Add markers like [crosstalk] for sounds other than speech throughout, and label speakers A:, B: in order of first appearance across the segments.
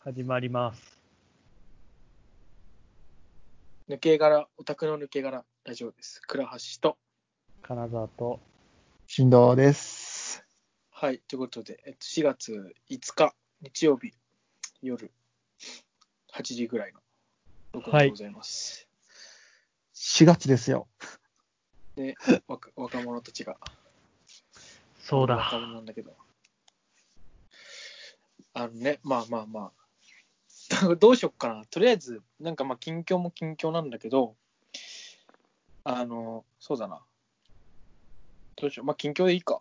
A: 始まります。
B: 抜け殻、オタクの抜け殻ラジオです。倉橋と。
A: 金沢と。
C: 振動です。
B: はい、ということで、えっと、4月5日、日曜日、夜8時ぐらいの録音でございます。
C: 4月ですよ。
B: で若、若者たちが、
A: そう
B: 若
A: だ。
B: 者なんだけど。あのね、まあまあまあ。 [laughs] どうしよっかな。とりあえず、なんかまあ、近況も近況なんだけど、あの、そうだな。どうしよう。まあ、近況でいいか。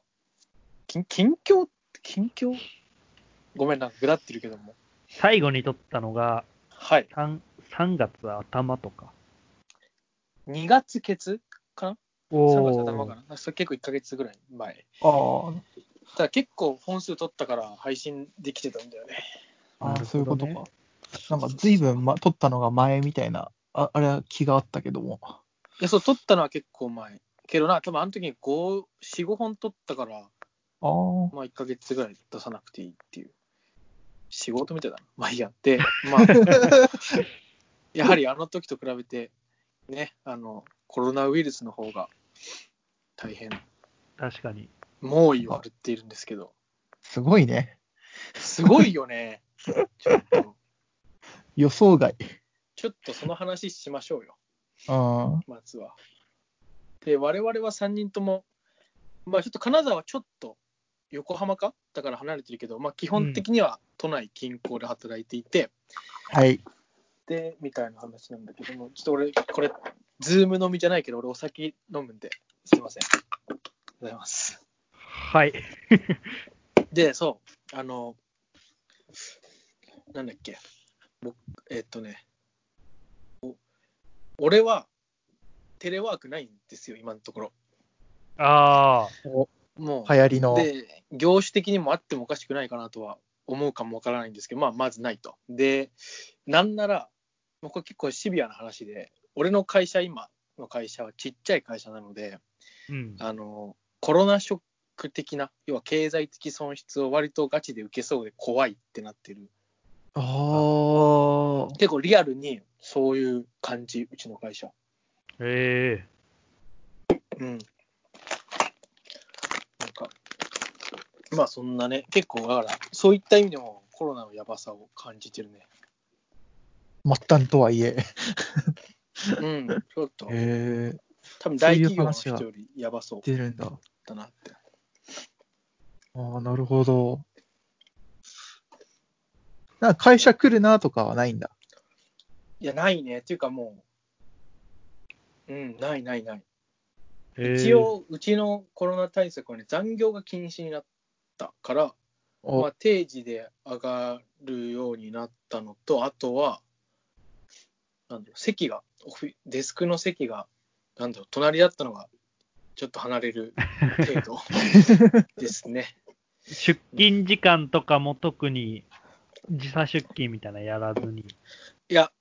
B: 近近況近況ごめんな、ぐだってるけども。
A: 最後に撮ったのが
B: はい。
A: 3、3月頭とか。
B: 2月ケツ3月頭か
C: あ
B: な。それ結構1ヶ月ぐらい前。
C: ー
B: ただ結構本数取ったから配信できてたんだよね。
C: あ
A: なるほどね
C: ー、そういうことか。なんか随分、ま、撮ったのが前みたいな、ああれは気があったけども。
B: いや、そう、撮ったのは結構前。けどな、多分あの時に5、4、5本撮ったから、
C: あ
B: まあ1ヶ月ぐらい出さなくていいっていう。仕事みたいだな。まあいいやって、まあ、やはりあの時と比べて、ね、あの、コロナウイルスの方が大変、
A: 確かに。
B: 猛威を振るっているんですけど、
C: あ、すごいね。
B: すごいよね。ちょっと、
C: 予想外。
B: ちょっとその話しましょうよ。
C: あ
B: まずは。で、我々は3人とも、まあちょっと金沢はちょっと横浜かだから離れてるけど、まあ基本的には都内近郊で働いていて、
C: ーはい。
B: で、みたいな話なんだけども、ちょっと俺、これ、ズーム飲みじゃないけど、俺お酒飲むんで、すいません。ありがとうございます。
A: はい。
B: で、そう、あの、なんだっけ、僕、えっとね、お俺はテレワークないんですよ、今のところ。
A: ああ。
B: もう、
C: 流行りの。
B: で、業種的にもあってもおかしくないかなとは思うかもわからないんですけど、まあ、まずないと。で、なんなら、もうこれ結構シビアな話で、俺の会社、今の会社はちっちゃい会社なので、
A: うん。
B: あのコロナショック的な、要は経済的損失を割とガチで受けそうで怖いってなってる。
C: ああ。
B: 結構リアルにそういう感じ、うちの会社。
A: ええ
B: うん。なんか、まあそんなね、結構だから、そういった意味でもコロナのやばさを感じてるね。
C: 末端とはいえ。
B: うん、ちょっと、
C: えー、
B: 多分大企業の人よりやばそう
C: 出るんだ。
B: だなって。
C: ああ、なるほど。なんか会社来るなとかはないんだ。
B: いや、ないね。っていうかもう、うん、ないないない。
A: ええ
B: 一、応、うちのコロナ対策はね、残業が禁止になったから、
C: お
B: まあ、定時で上がるようになったのと、あとは、なんだろう、席が、オフィデスクの席が、なんだろう、隣だったのが、ちょっと離れる
A: [laughs]
B: 程度ですね。
A: 出勤時間とかも特に時差出勤みたいなのやらずに。
B: いや、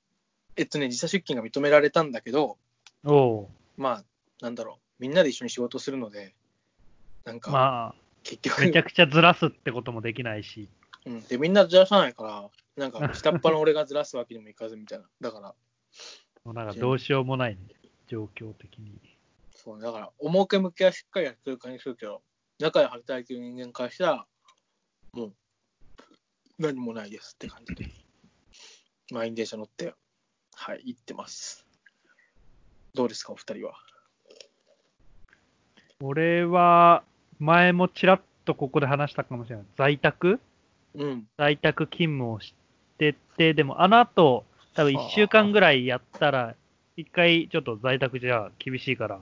B: えっとね、時差出勤が認められたんだけど、
A: おう
B: まあ、なんだろう、みんなで一緒に仕事するので、なんか、
A: ま
B: 結
A: あ、
B: 局、
A: めちゃくちゃずらすってこともできないし。
B: うん、で、みんなずらさないから、なんか、下っ端の俺がずらすわけにもいかずみたいな。だから、
A: もうなんかどうしようもないね。状況的に。
B: そう、だから、表向きはしっかりやってる感じするけど、中で働いてる人間からしたら、もう、何もないですって感じで、満員電車乗って、はい、行ってます。どうですか、お二人は。
A: 俺は、前もちらっとここで話したかもしれない。在宅
B: うん、
A: 在宅勤務をしてて、でもあの後、多分1週間ぐらいやったら、一回ちょっと在宅じゃ厳しいから、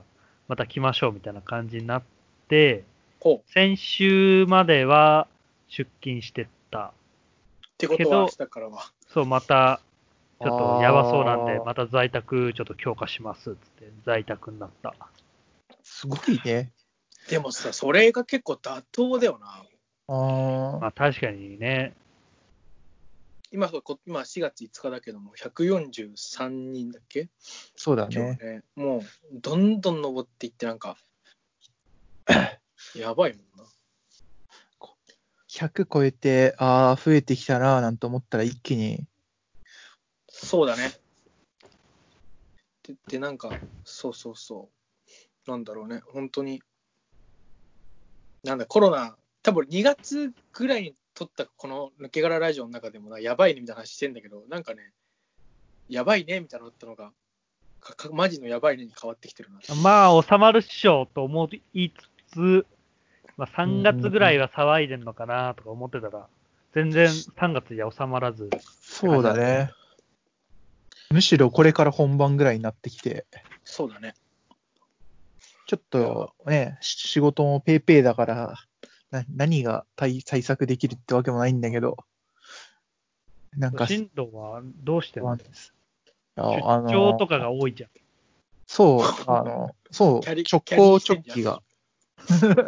A: また来ましょうみたいな感じになって、
B: こう。
A: 先週までは出勤してた。
B: ってこと
A: け
B: は、
A: ど
B: 明日からは。
A: そう、また、ちょっとやばそうなんで、
C: あー
A: また在宅ちょっと強化しますっつって、在宅になった。
C: すごいね。
B: でもさ、それが結構妥当だよな。
C: あ
A: まあ確かにね、
B: 今、そうこ今4月5日だけども、143人だっけ
C: そうだ
B: 今
C: ね。
B: 日ね、もう、どんどん登っていって、なんか、やばいもんな。
C: 100超えて、ああ、増えてきたな、なんて思ったら一気に。
B: そうだね。で、でなんか、そうそうそう。なんだろうね、本当に。なんだ、コロナ、多分2月ぐらいに撮ったこの抜け殻ラジオの中でもな、やばいねみたいな話してんだけど、なんかね、やばいねみたいなのあったのが、かかマジのやばいねに変わってきてるな。
A: まあ、収まるっしょと思いつつ、まあ、3月ぐらいは騒いでんのかなとか思ってたら、全然3月じゃ収まらず、
C: そうだね。むしろこれから本番ぐらいになってきて、
B: そうだね。
C: ちょっとね、し仕事もペイペイだから、な何が対対策できるってわけもないんだけど、なんか、
A: 進路はどうしてる
C: 不
A: の
C: 安です。いや
A: 出
C: あの
A: 張とかが多いじゃん。
C: そう、あの、そう、
B: キャリ
C: 直
B: キャリ
C: 行
B: ーして
C: 直
B: んじゃん
C: 帰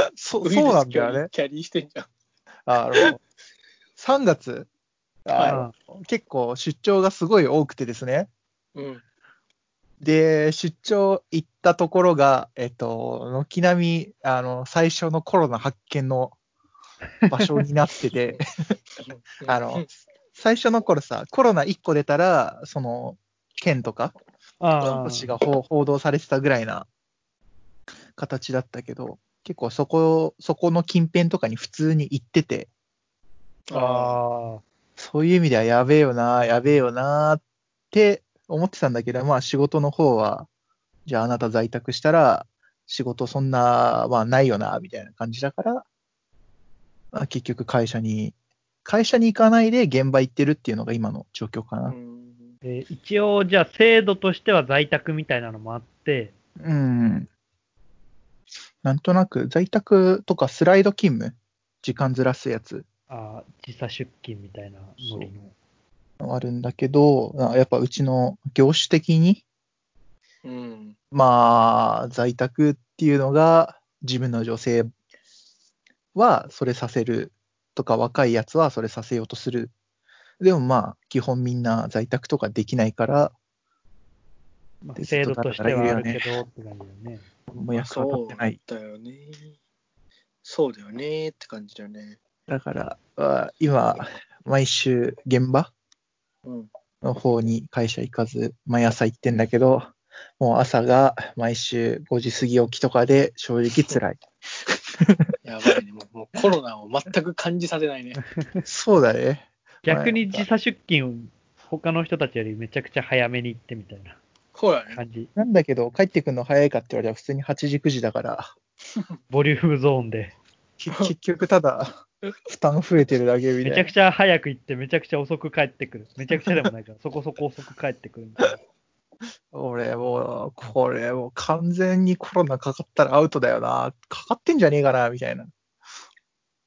B: [laughs]
C: が。そう、
B: ウイルス
C: そうなんだよね。
B: キャリーキャリーしてんじゃん。
C: あの、3月、あ
A: あ
C: の結構出張がすごい多くてですね。
B: うん。
C: で、出張行ったところが、えっと、軒並み、あの、最初のコロナ発見の場所になってて、あの、最初の頃さ、コロナ1個出たら、その、県とか、
A: あ
C: 都市が報報道されてたぐらいな形だったけど、結構そこ、そこの近辺とかに普通に行ってて、
B: あ
A: あ
C: そういう意味ではやべえよな、やべえよなって思ってたんだけど、まあ仕事の方は、じゃああなた在宅したら仕事そんな、まあないよな、みたいな感じだから、まあ、結局会社に、会社に行かないで現場行ってるっていうのが今の状況か
B: あ。う
C: な。
B: ん
A: ーえー一応、じゃあ制度としては在宅みたいなのもあって、
C: うん。なんとなく在宅とかスライド勤務、時間ずらすやつ
A: あー時差出勤みたいなノリの。
C: あるんだけど、あやっぱうちの業種的に、
B: うん。
C: まあ、在宅っていうのが、自分の女性はそれさせるとか、若いやつはそれさせようとする。でもまあ、基本みんな在宅とかできないから、
A: まあ、
C: で
A: 制度としてはあるけ
C: ち
A: どって感じだよね。
C: もう役は立ってな
B: そ
C: い。
B: うだよね。そうだよねって感じだよね。
C: だから、あ今、毎週現場
B: うん。
C: の方に会社行かず、毎朝行ってんだけど、もう朝が毎週5時過ぎ起きとかで正直
A: [laughs]
C: 辛い。
B: やばいね。もうもうコロナを全く感じさせないね。
C: そうだね。
A: 逆に時差出勤、他の人たちよりめちゃくちゃ早めに行ってみたいな
B: そうだね。
A: 感じ。
C: なんだけど、帰ってくるの早いかって言われたら普通に8時、9時
A: [laughs]
C: だから、
A: ボリュームゾーンで。
C: き結局ただ、負担増えてるだけみ
A: め
C: た
A: ちゃ
C: い
A: くちゃ早く行って、めちゃくちゃ遅く帰ってくる。めちゃくちゃでもないから、 [laughs] そこそこ遅く帰ってくるみたいな。
C: な。俺もう、これもう完全にコロナかかったらアウトだよな。かかってんじゃねえかな、みたいな。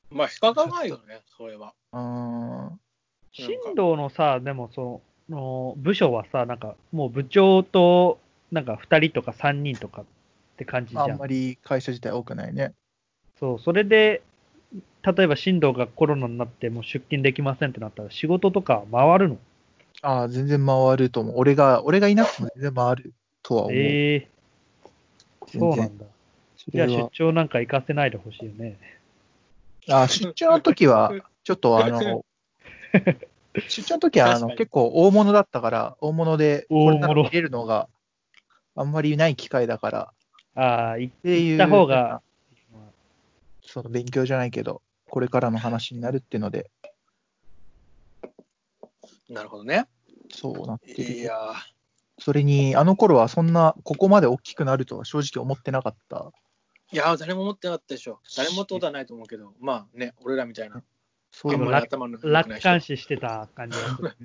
B: まあ、仕方ないよね、それは。
C: うーん。
A: 進藤のさ、でもその、部署はさ、なんかもう部長と、なんか2人とか3人とかって感じじゃ
C: あ
A: ん。
C: んまり会社自体多くないね。
A: そう、それで、例えば進藤がコロナになってもう出勤できませんってなったら仕事とか回るの
C: ああ、全然回ると思う。俺が、俺がいなくても全然回るとは思う。
A: ええ
C: 全然
A: そうなんだ。
C: そ
A: じゃ
C: れ
A: あ
C: は
A: 出張なんか行かせないでほしいよね。
C: あ出張の時は、ちょっとあ
A: [laughs]
C: の、出張の時はあ
B: 確
C: の
B: かに
C: 結構大物だったから、大物で、
A: 大物
C: これなの見れるのがあんまりない機会だから、
A: ああ、行っ
C: ってい
A: 行っ
C: う。
A: た方が、
C: その勉強じゃないけど、これからの話になるっていうので、
B: なるほどね。
C: そうなって
B: い
C: る。
B: や
C: それに、あの頃はそんな、ここまで大きくなるとは正直思ってなかった。
B: ー、いやー誰も持ってなかったでしょ。誰もってことはないと思うけど、まあね、俺らみたいな。
C: そう
B: あ
C: いうん
A: でも
B: まり頭の良くない
A: 楽
B: 人
A: 観視してた感じがす
C: [laughs]
A: る。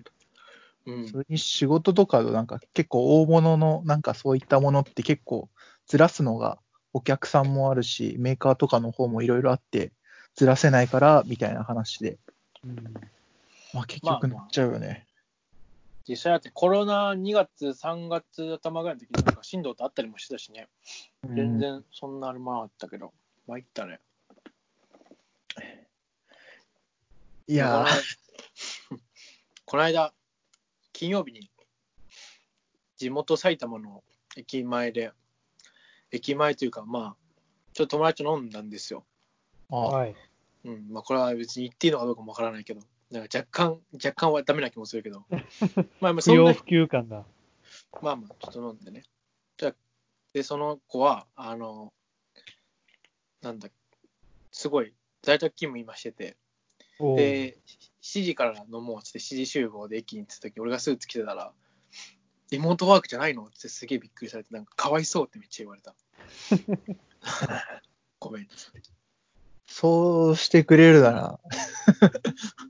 B: うん
C: それに仕事とかのなんか結構大物のなんかそういったものって結構ずらすのがお客さんもあるしメーカーとかの方もいろいろあってずらせないからみたいな話で、
A: うん
C: まあ、結
B: まあ
C: 局
B: まあ
C: なっちゃうよね、
B: 実際だってコロナ2月、3月頭ぐらいの時になんか振動とあったりもしてたしね。全
C: うん
B: 然そんなあれもなかったけど、参ったね。
C: いやー
B: [laughs] この間、金曜日に、地元埼玉の駅前で、駅前というか、まあ、ちょっと友達と飲んだんですよ。
C: あ
A: い。
B: うん、まあこれは別に言っていいのかどうかもわからないけど、なんか若干、若干はダメな気もするけ
C: [laughs]
B: ど、まあまあ
A: 不
B: そん
A: 要
B: な
A: 不急感が。
B: まあまあ、ちょっと飲んでね。じゃあで、その子は、あの、なんだ、すごい、在宅勤務今してて、
A: おう
B: で、7時から飲もうっつって、7時集合で駅に行ってた時、俺がスーツ着てたら、リモートワークじゃないのっつってすげえびっくりされて、なんかかわいそうってめっちゃ言
C: [laughs]
B: われた。ごめんっつって。
C: そうしてくれるなら、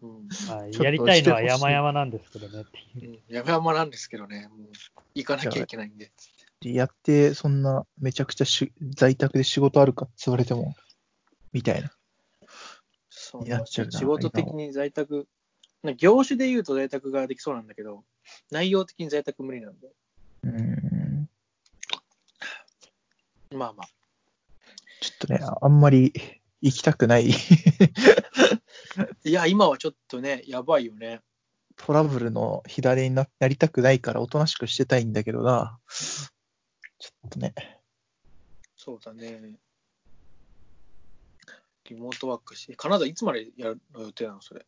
B: うん
A: まあ
C: ちょっと
A: やりたいのは
C: してほしい
A: 山々なんですけどねっていう
B: うん、やばやまなんですけどね、もう行かなきゃいけないんでっつって。
C: やって、そんな、めちゃくちゃし在宅で仕事あるかって言われても、みたいな。
B: そう
C: やっちゃうな
B: 仕事的に在宅、な業種で言うと在宅ができそうなんだけど、内容的に在宅無理なんで、
C: うーん。
B: まあまあ、
C: ちょっとね、あんまり行きたくない。
B: いや、今はちょっとね、やばいよね。
C: トラブルの火種にななりたくないから、おとなしくしてたいんだけどな。ちょっとね。
B: そうだね。リモートワークし、カナダいつまでやる予定なの、それ。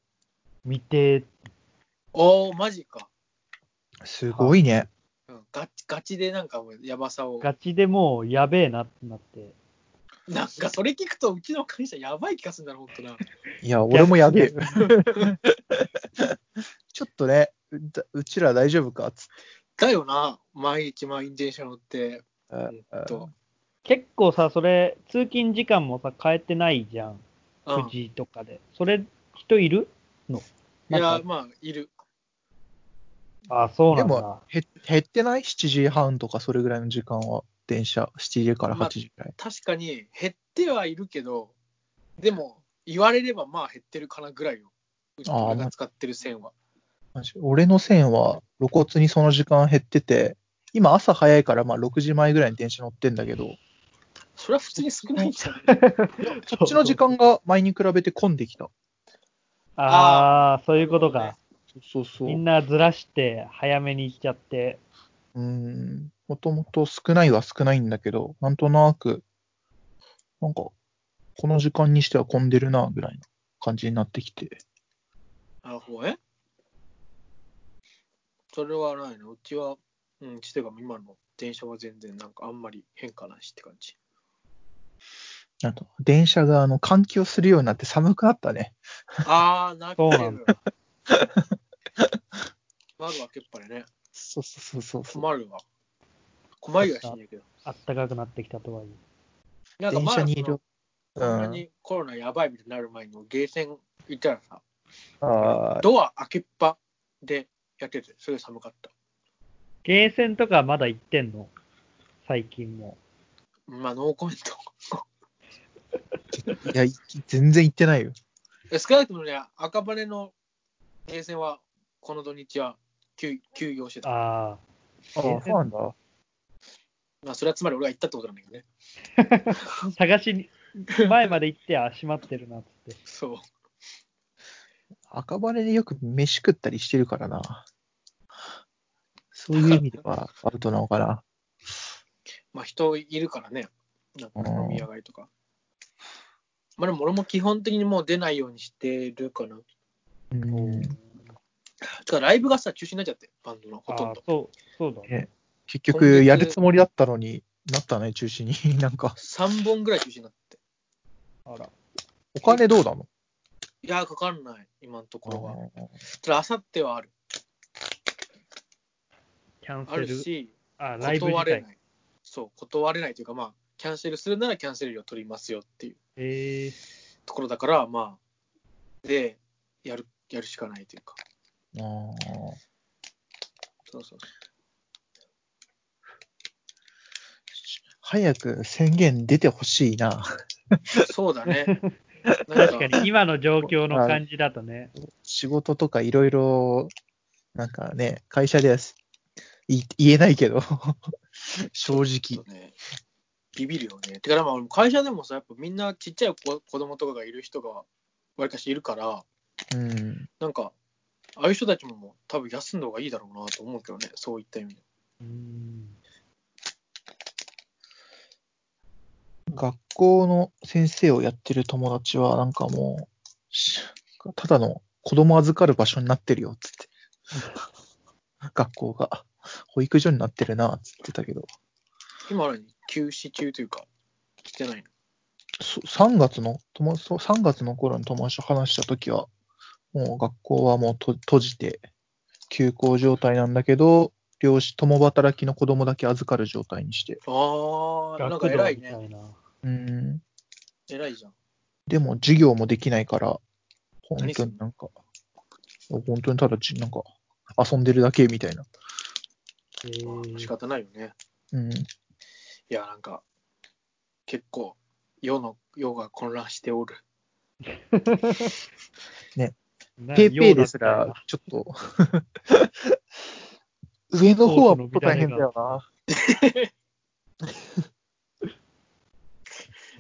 A: 見て、
B: おー、マジか。
C: すごいね。
B: うん、ガチガチでなんかもうやばさを。
A: ガチでもうやべえなってなって。
B: なんかそれ聞くと、うちの会社やばい気がするんだろ、ほんとな。
C: いや、俺もやべえ。 [laughs] ちょっとね、うだうちら大丈夫かっつって
B: [laughs] だよな、毎日毎日電車乗って、
C: あ
B: えっ
C: あ
B: と。
A: 結構さ、それ、通勤時間もさ、変えてないじゃん。
B: うん
A: 9時とかで。それ、人いるの
B: い
A: なんか
B: や、まあ、いる。
A: あ、そう
C: で
A: なん
C: も
A: だ。
C: へ、減ってない ?7 時半とかそれぐらいの時間は、電車、7時から8時ぐらい。
B: 確かに減ってはいるけど、でも言われればまあ減ってるかなぐらいよ。うち
C: あー
B: 俺が
C: ま
B: 使ってる線は。
C: マジ俺の線は露骨にその時間減ってて、今朝早いからまあ6時前ぐらいに電車乗ってんだけど、
B: それは普通に少ないんじゃない
C: こっちの時間が前に比べて混んできた。
A: [laughs] ああ、 [laughs] そういうことか。
C: そうそう。
A: みん
C: う
A: なずらして、早めに行っちゃって。
C: ーん。もともと少ないは少ないんだけど、なんとなく、なんか、この時間にしては混んでるな、ぐらいの感じになってきて。
B: なるほどね。それはないの。うちは、うん、うちというか今の電車は全然なんかあんまり変化なしって感
C: [laughs]
B: じ。
C: なんか、電車があの換気をするようになって寒くなったね。
B: ああ、なって
A: そうな
B: る
A: ん。
B: 困るわ、けっぱりね。
C: そうそうそうそう。
B: 困るわ。困りはしねえけど。
A: あったかくなってきたとはいえ。
B: なんか
C: 電
B: ま
C: 車
B: だその
C: にいる。う。
B: そんなんにコロナやばいみたいになる前にもゲーセン行ったらさ、
C: あー
B: ドア開けっぱでやってて、すごい寒かった。
A: ゲーセンとかまだ行ってんの最近も。
B: まあ、ノーコメント。
C: いや、い全然行ってないよ。
B: え少なくともね、赤羽のゲーセンは、この土日は休休業してた。
A: ああ。
C: ああ、そうなんだ。
B: まあ、それはつまり俺が行ったってことなんだけどね。
A: 探しに、前まで行って、あ、閉まってるなっつって。
B: そう。
C: 赤羽でよく飯食ったりしてるからな。そういう意味ではアウトなのかな。
B: まあ、人いるからね。なんか飲み屋街とか。まあ、でも俺も基本的にもう出ないようにしてるかな。
C: うん、
B: てか、ライブがさ、中止になっちゃって、バンド [laughs] のほと
A: あ
B: ん
A: あ
B: ど、。
A: そう、そうだね。
C: 結局、やるつもりだったのになったね、中止に。 [laughs] なんか、
B: 3本ぐらい中止になって。
A: あら。
C: お金どうなの
B: いやー、かかんない、今のところは。
C: あー
B: ただ、あさってはある。
A: キャン
B: あ
A: セ
B: る
A: ル。
B: し、
A: あ、ライブ
B: 断
A: 自
B: れ
A: 体
B: な。い。そう、断れないというか、まあ、キャンセルするならキャンセル料取りますよっていう
A: ええ
B: ところだから、まあ、で、やる、やるしかないというか。
C: あー
B: そうそう。
C: 早く宣言出てほしいな。 [laughs]
B: そうだ
A: [laughs]
B: ね。なん
A: 確かに、今の状況の感じだとね。
C: 仕事とかいろいろ、なんかね、会社ではすい言えないけど、 [laughs] 正
B: ちょっ。
C: 直
B: とね、ビビるよね。てか、まあ、俺も会社でもさ、やっぱみんなちっちゃい子子供とかがいる人が、わりかしいるから、
C: うん、
B: なんか、ああいう人たちももう多分休んだ方がいいだろうなと思うけどね、そういった意味で。
A: うん。
C: 学校の先生をやってる友達は、なんかもしただの子供預かる場所になってるよ、つ [laughs] って。学校が、保育所になってるな、つってたけど。
B: 今あるに休止中というか、来てないの。
C: そ3月の、友達そう3月の頃の友達と話したときは、もう学校はもうと閉じて、休校状態なんだけど、両親、共働きの子供だけ預かる状態にして。
B: ああ、なんか
A: 学童
B: 偉
A: み
B: い
A: た
B: ね。
A: いな。
C: うん。
B: 偉いじゃん。
C: でも授業もできないから、本
B: 何
C: 当
B: すん
C: になんか、本当にただち、なんか、遊んでるだけみたいな。
A: えー
B: 仕方ないよね。
C: うん。
B: いや、なんか、結構、世の、世が混乱しておる。
A: な
C: ペイペイですら、ちょっと、 [laughs] 上の方はもっと大変だよな。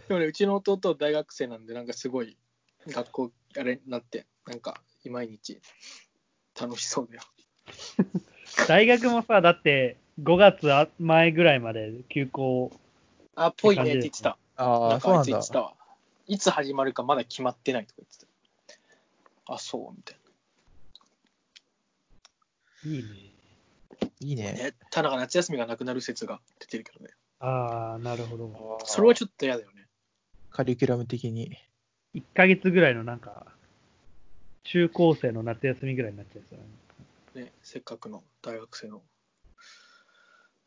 B: でもね、うちの弟大学生なんで、なんかすごい、学校、あれになって、なんか、毎日、楽しそうだよ。
A: 大学もさ、だって5月あ前ぐらいまで休校、
B: あ、ぽいねって言ってた。
C: あ
B: なん
C: あ、そう
B: かあ
C: ないん
B: つ言
C: だ
B: って。たわ。いつ始まるかまだ決まってないとか言ってた。あ、そう、みたい
A: いいね。
C: いい
B: な。
C: ね。
B: ね、ただ夏休みがなくなる説が出てるけどね。
A: ああ、なるほど。
B: それはちょっと嫌だよね。
C: カリキュラム的に。
A: 1ヶ月ぐらいのなんか、中高生の夏休みぐらいになっちゃいそうだね。
B: ね、せっかくの大学生の。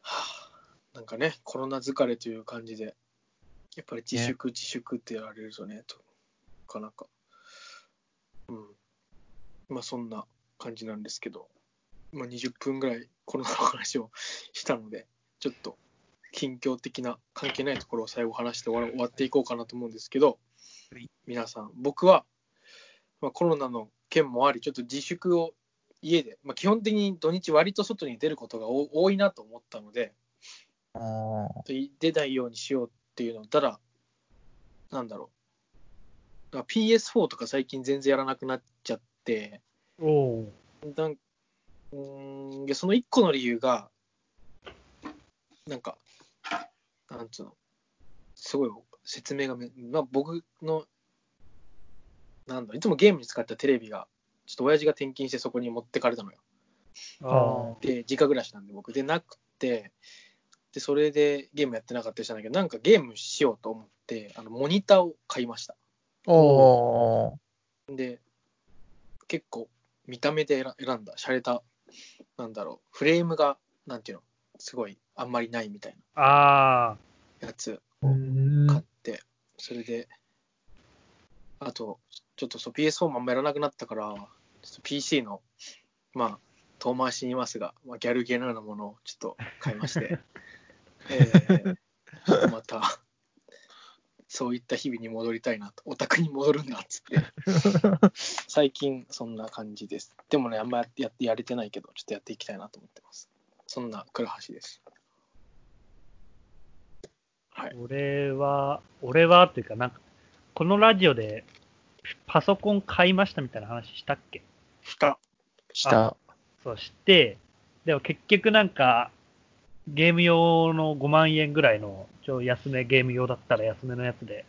B: はあ、なんかね、コロナ疲れという感じで、やっぱり自粛、自粛ってやられるとね、となかなか。うん。まあそんな感じなんですけど、まあ、20分ぐらいコロナの話をしたので、ちょっと近況的な関係ないところを最後話して終わら終わっていこうかなと思うんですけど
C: はい、
B: 皆さん、僕は、まあ、コロナの件もあり、ちょっと自粛を家で、まあ、基本的に土日割と外に出ることがお多いなと思ったので
C: ああ、
B: 出ないようにしようっていうのただなんだろうだから PS4 とか最近全然やらなくなっちゃって
A: おお
B: なんうーんでその一個の理由がなんかなんつうのすごい説明がめ、まあ、僕のなんだいつもゲームに使ったテレビがちょっと親父が転勤してそこに持ってかれたのよ
A: ー。あ
B: で実家暮らしなんで僕でなくてでそれでゲームやってなかったりしたんだけどなんかゲームしようと思ってあのモニターを買いました
C: お
B: で結構見た目で選選んだ洒落たなんだろうフレームがなんていうのすごいあんまりないみたい
A: あ。ああ。
B: なやつ
C: ー。うん
B: 買って、それであとちょっとそう PS4 もあんまやらなくなったからちょっと PC のまあ遠回しに言いますが、まあ、ギャルゲーのようなものをちょっと買いま
C: [laughs]
B: して、えーちょっとまたそういった日々に戻りたいなとオタクに戻るんだっつって
C: [laughs]
B: 最近そんな感じですでもねあんまやってやってやれてないけどちょっとやっていきたいなと思ってますそんな倉橋ですはい
A: 俺は、俺はっていうか、なんか、このラジオでパソコン買いましたみたいな話したっけ
B: した
C: した。
A: そうして、でも結局なんか、ゲーム用の5万円ぐらいの、ちょ安め、ゲーム用だったら安めのやつで、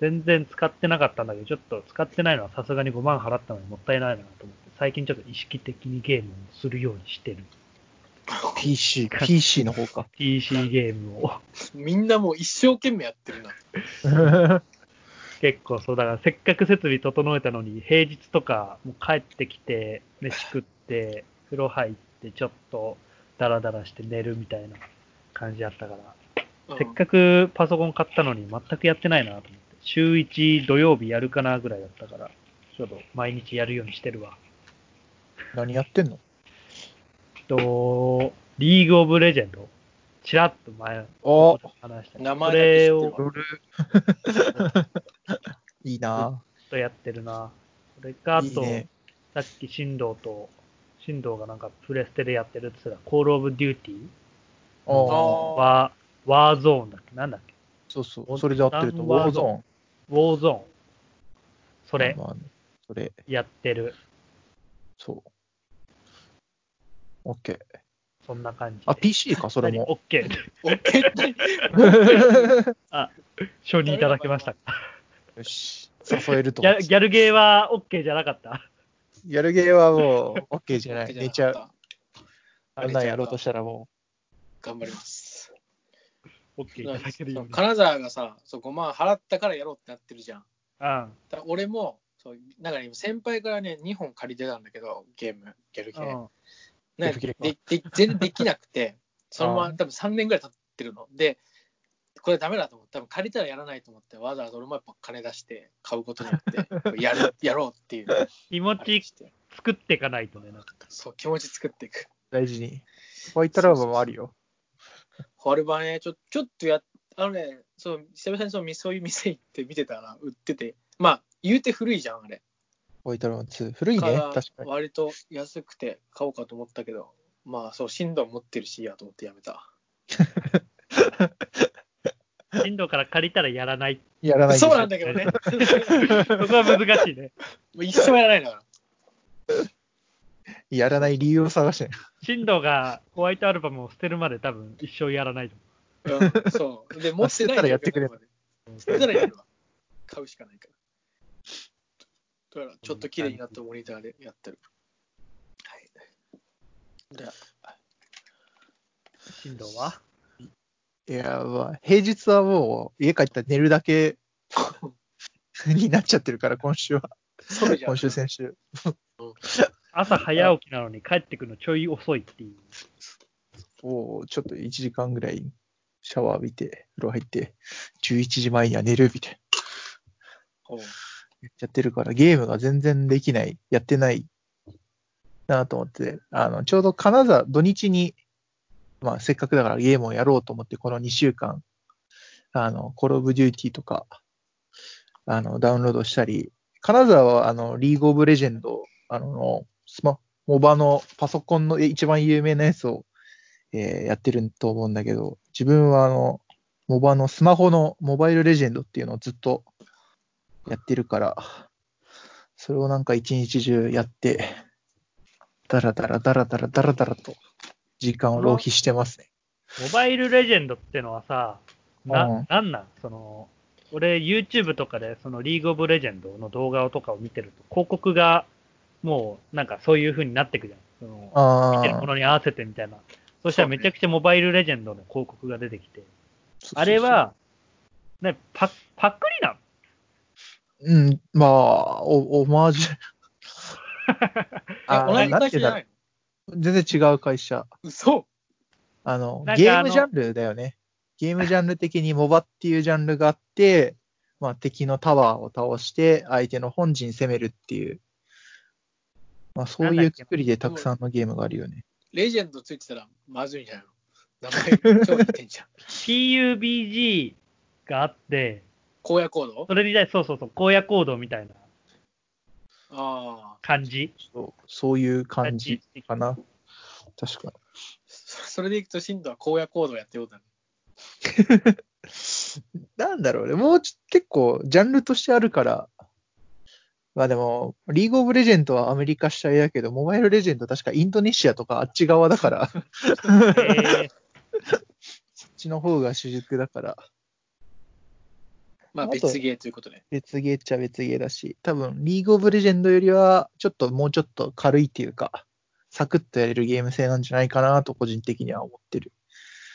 A: 全然使ってなかったんだけど、ちょっと使ってないのはさすがに5万払ったのにもったいないなと思って、最近ちょっと意識的にゲームをするようにしてる。
C: [laughs] PC、PC の方か。
A: PC ゲームを。
B: みんなもう一生懸命やってるな。
A: 結構そう、だからせっかく設備整えたのに、平日とかもう帰ってきて、飯食って、風呂入って、ちょっとダラダラして寝るみたいな感じだったから、せっかくパソコン買ったのに全くやってないなと思って、週1土曜日やるかなぐらいだったから、ちょっと毎日やるようにしてるわ。
C: 何やってんの
A: えっと、リーグオブレジェンド、ちらっと前、
C: あ
A: 話したけど
B: 名前
A: こ
B: だけ知って
A: れ
B: るわ
A: を
C: いいな。
A: ずっとやってるな。これか、あと、
C: いいね。
A: さっき進藤と、進藤がなんかプレステでやってるって言ってた、コールオブデューティ
C: あ
B: あ
C: あ、
B: ー
A: は、ワーゾーンだっけなんだっけ
C: そうそう。それで合ってると、ウォーゾーン。
A: ウォーゾーン。それ、
C: まあそれ、
A: やってる。
C: そう。オッケー。
A: そんな感じ。
C: あ、PC か、それ
A: 何
C: も。
A: オッ [laughs] ケー。
B: オッケー
C: [laughs]
A: 承認いただけましたか。
C: よし。誘えると
A: ギ
C: 思うん
A: ャギ
C: ですよ
A: ャルゲーは OK じゃなかった。
C: やるゲーはも [laughs] う、OK じゃない。寝ちゃう。
B: う。
C: あんなんやろうとしたらも
B: 頑張ります。
A: OK いただけるように。
B: 金沢がさ、そう5万払ったからやろうってなってるじゃん。
A: うん。
B: だ俺も、そうなんかね、先輩からね、2本借りてたんだけど、ゲーム、ゲルゲー。
A: う
B: なん
C: で
B: か
C: きれ
B: で
C: ば
B: で全然できなくて、そのま
C: あ
B: ま多分3年ぐらい経ってるの。で、これダメだと思って、多分借りたらやらないと思って、わざわざ俺もやっぱ金出して買うことによ
A: [laughs]
B: って、やる、やろうっていう。
A: 気持
B: あれ
A: ち
B: して
A: 作っていかないとね。なんか
B: そう、気持ち作っていく。
C: う大事に。ホワイトラブもあるよ。
B: ホワルバね、ちょちょっとやっあのね、そう久々にそのそういう店行って見てたら、売ってて、まあ、言うて古いじゃん、あれ。
C: ホワイトラブ2。古いね、
B: から
C: 確かに。
B: 割と安くて買おうかと思ったけど、まあ、そう、振動持ってるし、いいやと思ってやめた。
A: 進藤から借りたらやらない。
C: やらないです
B: そ
C: よ
B: うなんだけど
C: [laughs]
B: ね。
A: そこは難しいね。
B: もう一生やらないんだから。
C: やらない理由を探して。
A: 進藤がホワイトアルバムを捨てるまで多分一生やらないと
B: うん、そう。
C: [laughs]
B: で、持ってない
C: 捨てたらやってくれ
B: る。捨てたらやるわ。買うしかないから。だから、ちょっと綺麗になったモニターでやってる。はい。じゃあ
A: 思う。進藤はい
C: や、まあ、平日はもう家帰ったら寝るだけになっちゃってるから、今週は。
B: そうじゃん
C: 今週、先週。
A: 朝早起きなのに帰ってくるのちょい遅いっていう。
C: おーちょっと1時間ぐらいシャワー浴びて、風呂入って、11時前には寝るみたいな。
B: おう
C: やっちゃってるから、ゲームが全然できない、やってないなと思って、あの、ちょうど金沢、土日に、まあ、せっかくだからゲームをやろうと思って、この2週間、あの、コールオブデューティーとか、あの、ダウンロードしたり、金沢は、あの、リーグオブレジェンド、あの、スマ、モバのパソコンのえ一番有名なやつを、えーやってると思うんだけど、自分はあの、モバのスマホのモバイルレジェンドっていうのをずっとやってるから、それをなんか一日中やって、だらだらだらだらだらだらと時間を浪費してますね。
A: モバイルレジェンドってのはさ、
C: う
A: な、
C: ん
A: なんなんその、俺 YouTube とかでそのリーグオブレジェンドの動画とかを見てると、広告がもうなんかそういう風になってくじゃん。その見
C: あ
A: てるも
C: あ。
A: のに合わせてみたいな。そしたらめちゃくちゃモバイルレジェンドの広告が出てきて、あれは、ね、パパクリなの
C: うん、まあ、お、オマージュ。あ
B: あ同じ
C: なん
B: 会
C: て
B: 社
C: いうん
B: じゃ
C: だ
B: ないの
C: ろう [laughs] 全然違う会社。
B: 嘘
C: あの
A: なん、か
C: ゲ
A: あ
C: ー
A: の
C: ムジャンルだよね。ゲームジャンル的にモバっていうジャンルがあって、まあ敵のタワーを倒して相手の本陣攻めるっていう、まあそう
A: ないんだ
C: う
A: っけ
C: 作りでたくさんのゲームがあるよね。
B: レジェンドついてたらまずいんじゃないの名前超似てん [laughs] じゃん。
A: PUBG があって、
B: 荒野行動
A: それに対してそうそうそう、荒野行動みたいな
B: ああ。
A: 感じ。
C: そうそういう感じかな。確か
B: そそれでいくと、進度は荒野行動やってることになる。
C: に。 [laughs] なんだろうね。もうちょ結構ジャンルとしてあるから、まあでも、リーグオブレジェンドはアメリカ主体だけど、モバイルレジェンド確かインドネシアとかあっち側だから、 [laughs] こっ
A: えー、
C: ちの方が主軸だから、
B: まあ、
C: あと
B: 別ゲーということで。
C: 別ゲーっちゃ別ゲーだし、多分、リーグオブレジェンドよりは、ちょっともうちょっと軽いっていうか、サクッとやれるゲーム性なんじゃないかなと、個人的には思ってる。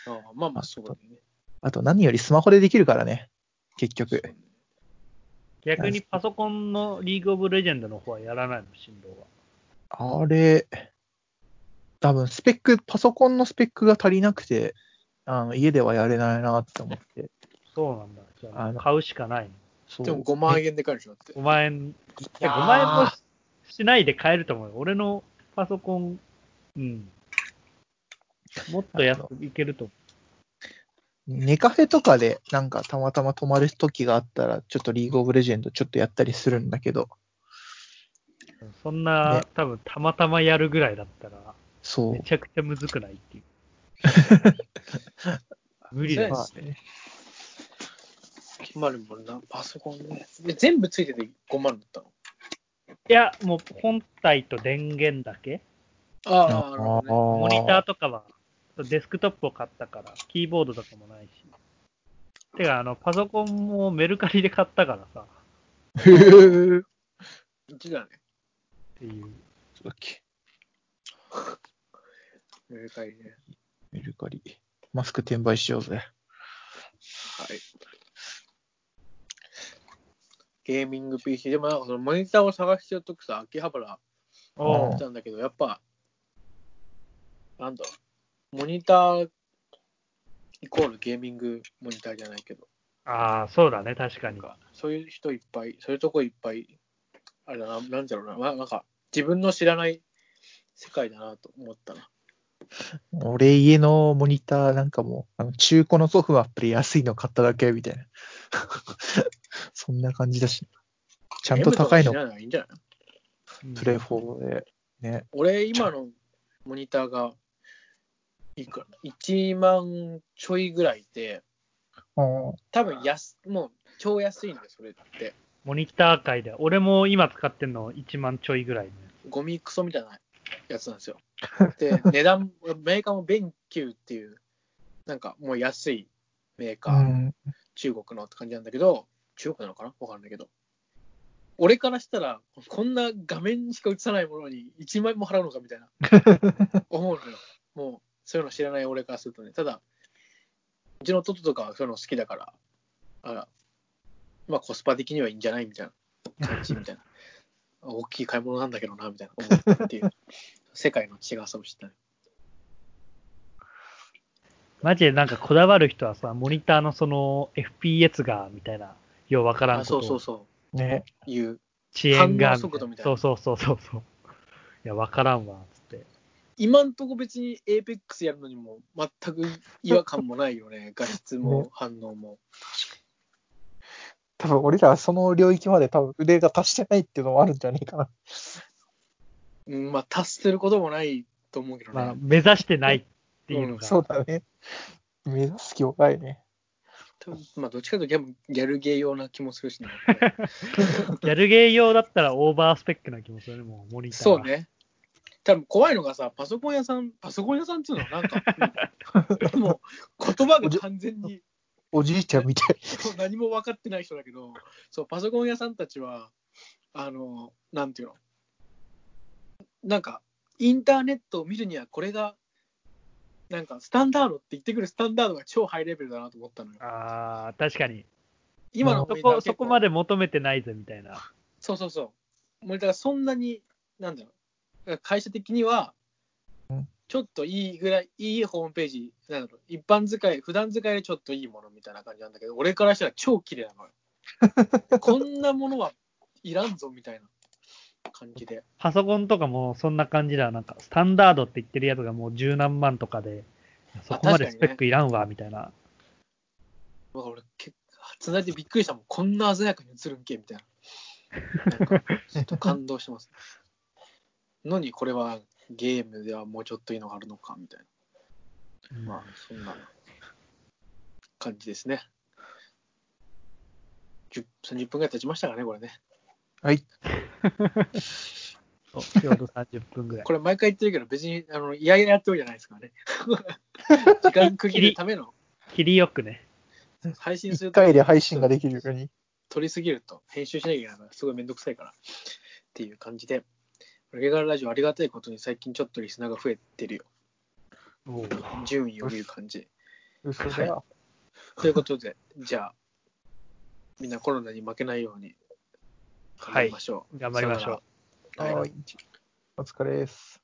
B: ああまあまあ、そうだよね。
C: あと、何よりスマホでできるからね、結
B: そう
C: 局。
B: ね
A: 逆にパソコンのリーグオブレジェンドの方はやらないの、振動は。
C: あれ、多分、スペック、パソコンのスペックが足りなくて、あの家ではやれないなって思って。
A: そうなんだ。じゃ
C: あ
A: あ、
C: の
A: 買うしかない
C: そう
B: でも5万
C: え
B: 円で買えるでしょだって
A: の。5。万円、
B: やー
A: 5万円もしないで買えると思うよ。俺のパソコン、うん。もっと安くいけると思
C: ネカフェとかで、なんかたまたま泊まる時があったら、ちょっとリーグオブレジェンドちょっとやったりするんだけど、
A: う。そんな、
C: ね
A: 多分たまたまやるぐらいだったら、
C: そう
A: め。ちゃくちゃむずくないっていう。
C: [laughs]
A: 無理だよ。
C: まあね
B: まあでもな、パソコンね。で全部ついてて5万だったの。
A: いや、もう本体と電源だけ。
B: ああ、なるほどね。
A: モニターとかは、デスクトップを買ったから、キーボードとかもないし。てか、あの、パソコンもメルカリで買ったからさ、
B: [laughs]
C: へえ。
B: 1だね。
A: ていう。
C: そうだっけ。
B: メルカリね。
C: メルカリ。マスク転売しようぜ。
B: はい。ゲーミング PC。でもなんかそのモニターを探してるときさ、秋葉原
C: おう
B: 来たんだけど、やっぱ、なんだろう、モニターイコールゲーミングモニターじゃないけど、
A: ああ、そうだね、確かに。
B: そういう人いっぱい、そういうとこいっぱい、あれだな、なんだろうな、まなんか自分の知らない世界だなと思ったな。
C: 俺家のモニターなんかもう、あの中古のソフトアプリ安いの買っただけみたいな。 [laughs] そんな感じだし。ちゃんと高いの
B: ゲームとか知らないいいんじゃない
C: プレイ4で。ね。
B: 俺、今のモニターが、いくら ?1 万ちょいぐらいで、
C: うん。
B: 多分安、もう超安いので、それって。
A: モニター界で、俺も今使ってんの1万ちょいぐらいのや
B: ゴミクソみたいなやつなん
C: [laughs]
B: ですよ。で、値段、メーカーもベンキューっていう、なんかもう安いメーカ
C: う
B: ー、
C: ん
B: 中国のって感じなんだけど、中国なのかなわかんないけど。俺からしたら、こんな画面しか映さないものに1万円も払うのかみたいな、思うのよ。もう、そういうの知らない俺からするとね。ただ、うちの弟とかはそういうの好きだから、あら、まあコスパ的にはいいんじゃないみたいな感じみたいな。 [laughs] 大きい買い物なんだけどな、みたいな思うっていう、世界の違さを知ったね。
A: マジでなんかこだわる人はさ、モニターのその FPS が、みたいな、ようわからんこ
B: あ
A: と
B: そ
A: を。
B: うそうそ
C: ね。
B: う、いう。
A: 遅延が
B: 反応速度みたいな
A: そうそうそうそうそう。いや、わからんわ、つって。
B: 今んとこ別に APEX やるのにも全く違和感もない
A: [laughs]
B: よね、画質も反応も。
C: 多分俺らはその領域まで多分腕が達してないっていうのもあるんじゃないかな。
B: うん、まあ、達することもないと思うけどね。
A: まあ、目指してないっていうのが。
C: そうだね。目指す気もないね。
B: 多分まあ、どっちかというとギャギャルゲー用な気もする
A: [laughs]
B: しね。
A: ギャルゲー用だったらオーバースペックな気もするね、もうモニター
B: そう
A: が。
B: ね。多分怖いのがさ、パソコン屋さん、パソコン屋さんっていうのはなんか、
A: [laughs]
B: うんもう言葉が完全に
C: おじいちゃんみたい。
B: そう何も分かってない人だけど、そうパソコン屋さんたちは、あの、なんていうの、なんか、インターネットを見るには、これが、なんか、スタンダードって言ってくるスタンダードが超ハイレベルだなと思ったのよ。
A: ああ、確かに。
B: 今の
A: そ
B: モニターは
A: こ、
B: 結構
A: そこまで求めてないぜ、みたいな。
B: そうそうそう。モニターがそんなに、なんだろう、だから会社的には
C: うん、
B: ちょっといいぐらい、いいホームページ、なんだろう、一般使い、普段使いでちょっといいものみたいな感じなんだけど、俺からしたら超綺麗なのよ。こんなものはいらんぞみたいな感じで。
A: パソコンとかもそんな感じだ。なんか、スタンダードって言ってるやつがもう十何万とかで、そこまでスペックいらんわ、みたいな。
B: だから俺、結つないでびっくりしたもん、こんな鮮やかに映るんけみたいな。なんかちょっと感動してます。のに、これはゲームではもうちょっといいのがあるのかみたいな。まあ、そんな感じですね。10 30分ぐらい経ちましたかね、これね。
C: はい。
A: そうちょうど30分ぐらい。
B: これ毎回言ってるけど、別に、あの、いやいややってるじゃないですからね。
C: [laughs]
B: 時間区切るための
A: 切りよくね。
B: 配信す
C: 一
B: ると
C: 回で配信ができるように。
B: 撮りすぎると、編集しなきゃいけないから、すごいめんどくさいから。っていう感じで、レゲガララジオありがたいことに最近ちょっとリスナーが増えてるよ。順位を見る感じ。
C: 嘘じゃ。
B: ということで、じゃあ、みんなコロナに負けないように頑張りましょう。
A: 頑張りまし
B: さよな
A: ょ
B: ら
A: う。
B: はい
C: はい。お疲れです。